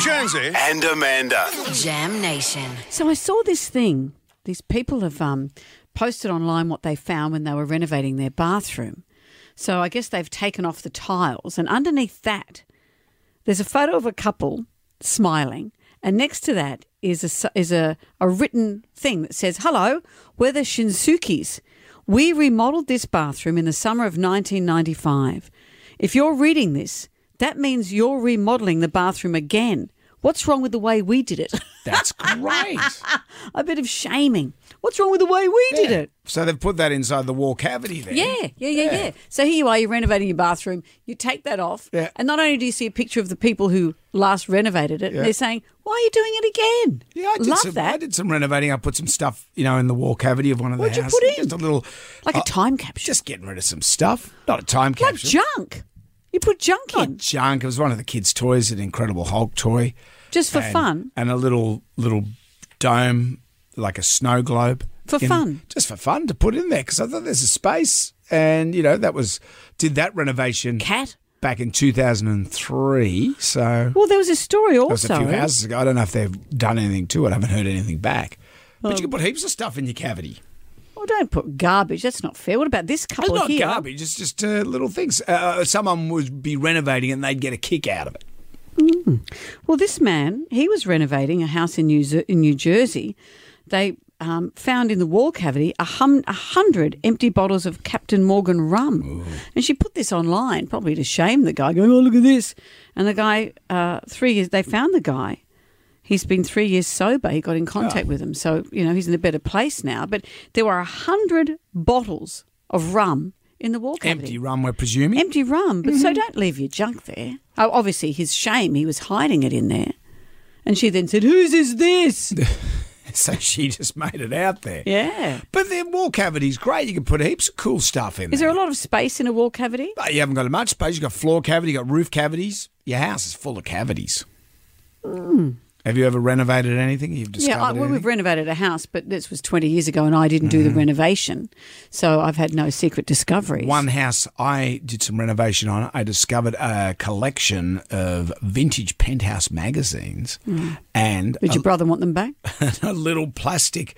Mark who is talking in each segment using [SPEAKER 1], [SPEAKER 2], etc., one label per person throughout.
[SPEAKER 1] Jonesy and Amanda.
[SPEAKER 2] Jam Nation.
[SPEAKER 3] So I saw this thing. These people have um, posted online what they found when they were renovating their bathroom. So I guess they've taken off the tiles, and underneath that, there's a photo of a couple smiling, and next to that is a s- is a, a written thing that says, "Hello, we're the Shinzukis. We remodeled this bathroom in the summer of 1995. If you're reading this, that means you're remodeling the bathroom again. What's wrong with the way we did it?
[SPEAKER 4] That's great.
[SPEAKER 3] a bit of shaming. What's wrong with the way we did it?
[SPEAKER 4] So they've put that inside the wall cavity there.
[SPEAKER 3] Yeah, yeah, yeah, yeah. So here you are, you're renovating your bathroom, you take that off,
[SPEAKER 4] Yeah.
[SPEAKER 3] and not only do you see a picture of the people who last renovated it,
[SPEAKER 4] Yeah.
[SPEAKER 3] they're saying, Why are you doing it again?
[SPEAKER 4] Yeah, I did
[SPEAKER 3] Love
[SPEAKER 4] some,
[SPEAKER 3] that.
[SPEAKER 4] I did some renovating. I put some stuff, you know, in the wall cavity of one of the
[SPEAKER 3] What'd you
[SPEAKER 4] houses.
[SPEAKER 3] put in?
[SPEAKER 4] Just a little,
[SPEAKER 3] like a time capsule.
[SPEAKER 4] just getting rid of some stuff. Not a time
[SPEAKER 3] Like
[SPEAKER 4] capsule.
[SPEAKER 3] junk. You put junk
[SPEAKER 4] Not
[SPEAKER 3] in
[SPEAKER 4] junk. It was one of the kids' toys, an Incredible Hulk toy,
[SPEAKER 3] just for
[SPEAKER 4] and,
[SPEAKER 3] fun.
[SPEAKER 4] and a little little dome, like a snow globe.
[SPEAKER 3] For
[SPEAKER 4] in-
[SPEAKER 3] fun?
[SPEAKER 4] just for fun to put in there because I thought there's a space, and you know that was did that renovation
[SPEAKER 3] Cat.
[SPEAKER 4] back in 2003. So
[SPEAKER 3] Well, there was a story
[SPEAKER 4] That was
[SPEAKER 3] also.
[SPEAKER 4] a few houses ago. I don't know if they've done anything to it. I haven't heard anything back. But you can put heaps of stuff in your cavity.
[SPEAKER 3] Well, Oh, don't put garbage. That's not fair. What about this
[SPEAKER 4] It's
[SPEAKER 3] couple
[SPEAKER 4] not
[SPEAKER 3] here?
[SPEAKER 4] garbage. It's just uh, little things. Uh, someone would be renovating and they'd get a kick out of it.
[SPEAKER 3] Well, this man, he was renovating a house in New, Zer- in New Jersey. They um, found in the wall cavity a, hum- a hundred empty bottles of Captain Morgan rum. And she put this online, probably to shame the guy, going, oh, look at this. And the guy, uh, three years, they found the guy. He's been three years sober. He got in contact with him. So, you know, he's in a better place now. But there were a hundred bottles of rum in the wall cavity.
[SPEAKER 4] Empty rum, we're presuming.
[SPEAKER 3] Empty rum, but
[SPEAKER 4] Mm-hmm.
[SPEAKER 3] so don't leave your junk there. Oh, obviously, his shame, he was hiding it in there. And she then said, Whose is this?
[SPEAKER 4] so she just made it out there.
[SPEAKER 3] yeah.
[SPEAKER 4] But the wall cavity's great. You can put heaps of cool stuff in
[SPEAKER 3] Is there
[SPEAKER 4] there.
[SPEAKER 3] a lot of space in a wall cavity?
[SPEAKER 4] But you haven't got much space. You've got floor cavity, you've got roof cavities. Your house is full of cavities. Have you ever renovated anything? You've discovered
[SPEAKER 3] Hmm. Yeah, I, well,
[SPEAKER 4] anything?
[SPEAKER 3] we've renovated a house, but this was 20 years ago and I didn't do the
[SPEAKER 4] Mm-hmm.
[SPEAKER 3] renovation. So I've had no secret discoveries.
[SPEAKER 4] One house I did some renovation on, I discovered a collection of vintage penthouse magazines and
[SPEAKER 3] Hmm. Did
[SPEAKER 4] a,
[SPEAKER 3] your brother want them back?
[SPEAKER 4] a little plastic.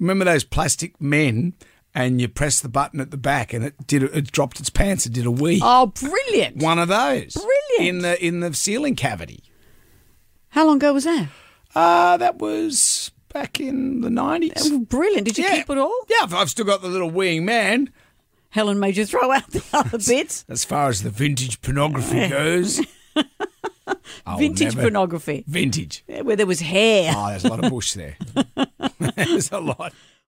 [SPEAKER 4] Remember those plastic men? And you press the button at the back, and it did. It dropped its pants. It did a wee.
[SPEAKER 3] Oh, brilliant.
[SPEAKER 4] One of those.
[SPEAKER 3] Brilliant.
[SPEAKER 4] In the in the ceiling cavity.
[SPEAKER 3] How long ago was that?
[SPEAKER 4] Uh, that was back in the nineties.
[SPEAKER 3] Brilliant. Did you
[SPEAKER 4] Yeah.
[SPEAKER 3] keep it all?
[SPEAKER 4] Yeah, I've- I've still got the little wing man.
[SPEAKER 3] Helen made you throw out the other bits.
[SPEAKER 4] As far as the vintage pornography goes, I'll
[SPEAKER 3] Vintage
[SPEAKER 4] never-
[SPEAKER 3] pornography,
[SPEAKER 4] Vintage. Ah,
[SPEAKER 3] yeah, where there was hair.
[SPEAKER 4] Oh, there's a lot of bush there. there's a lot.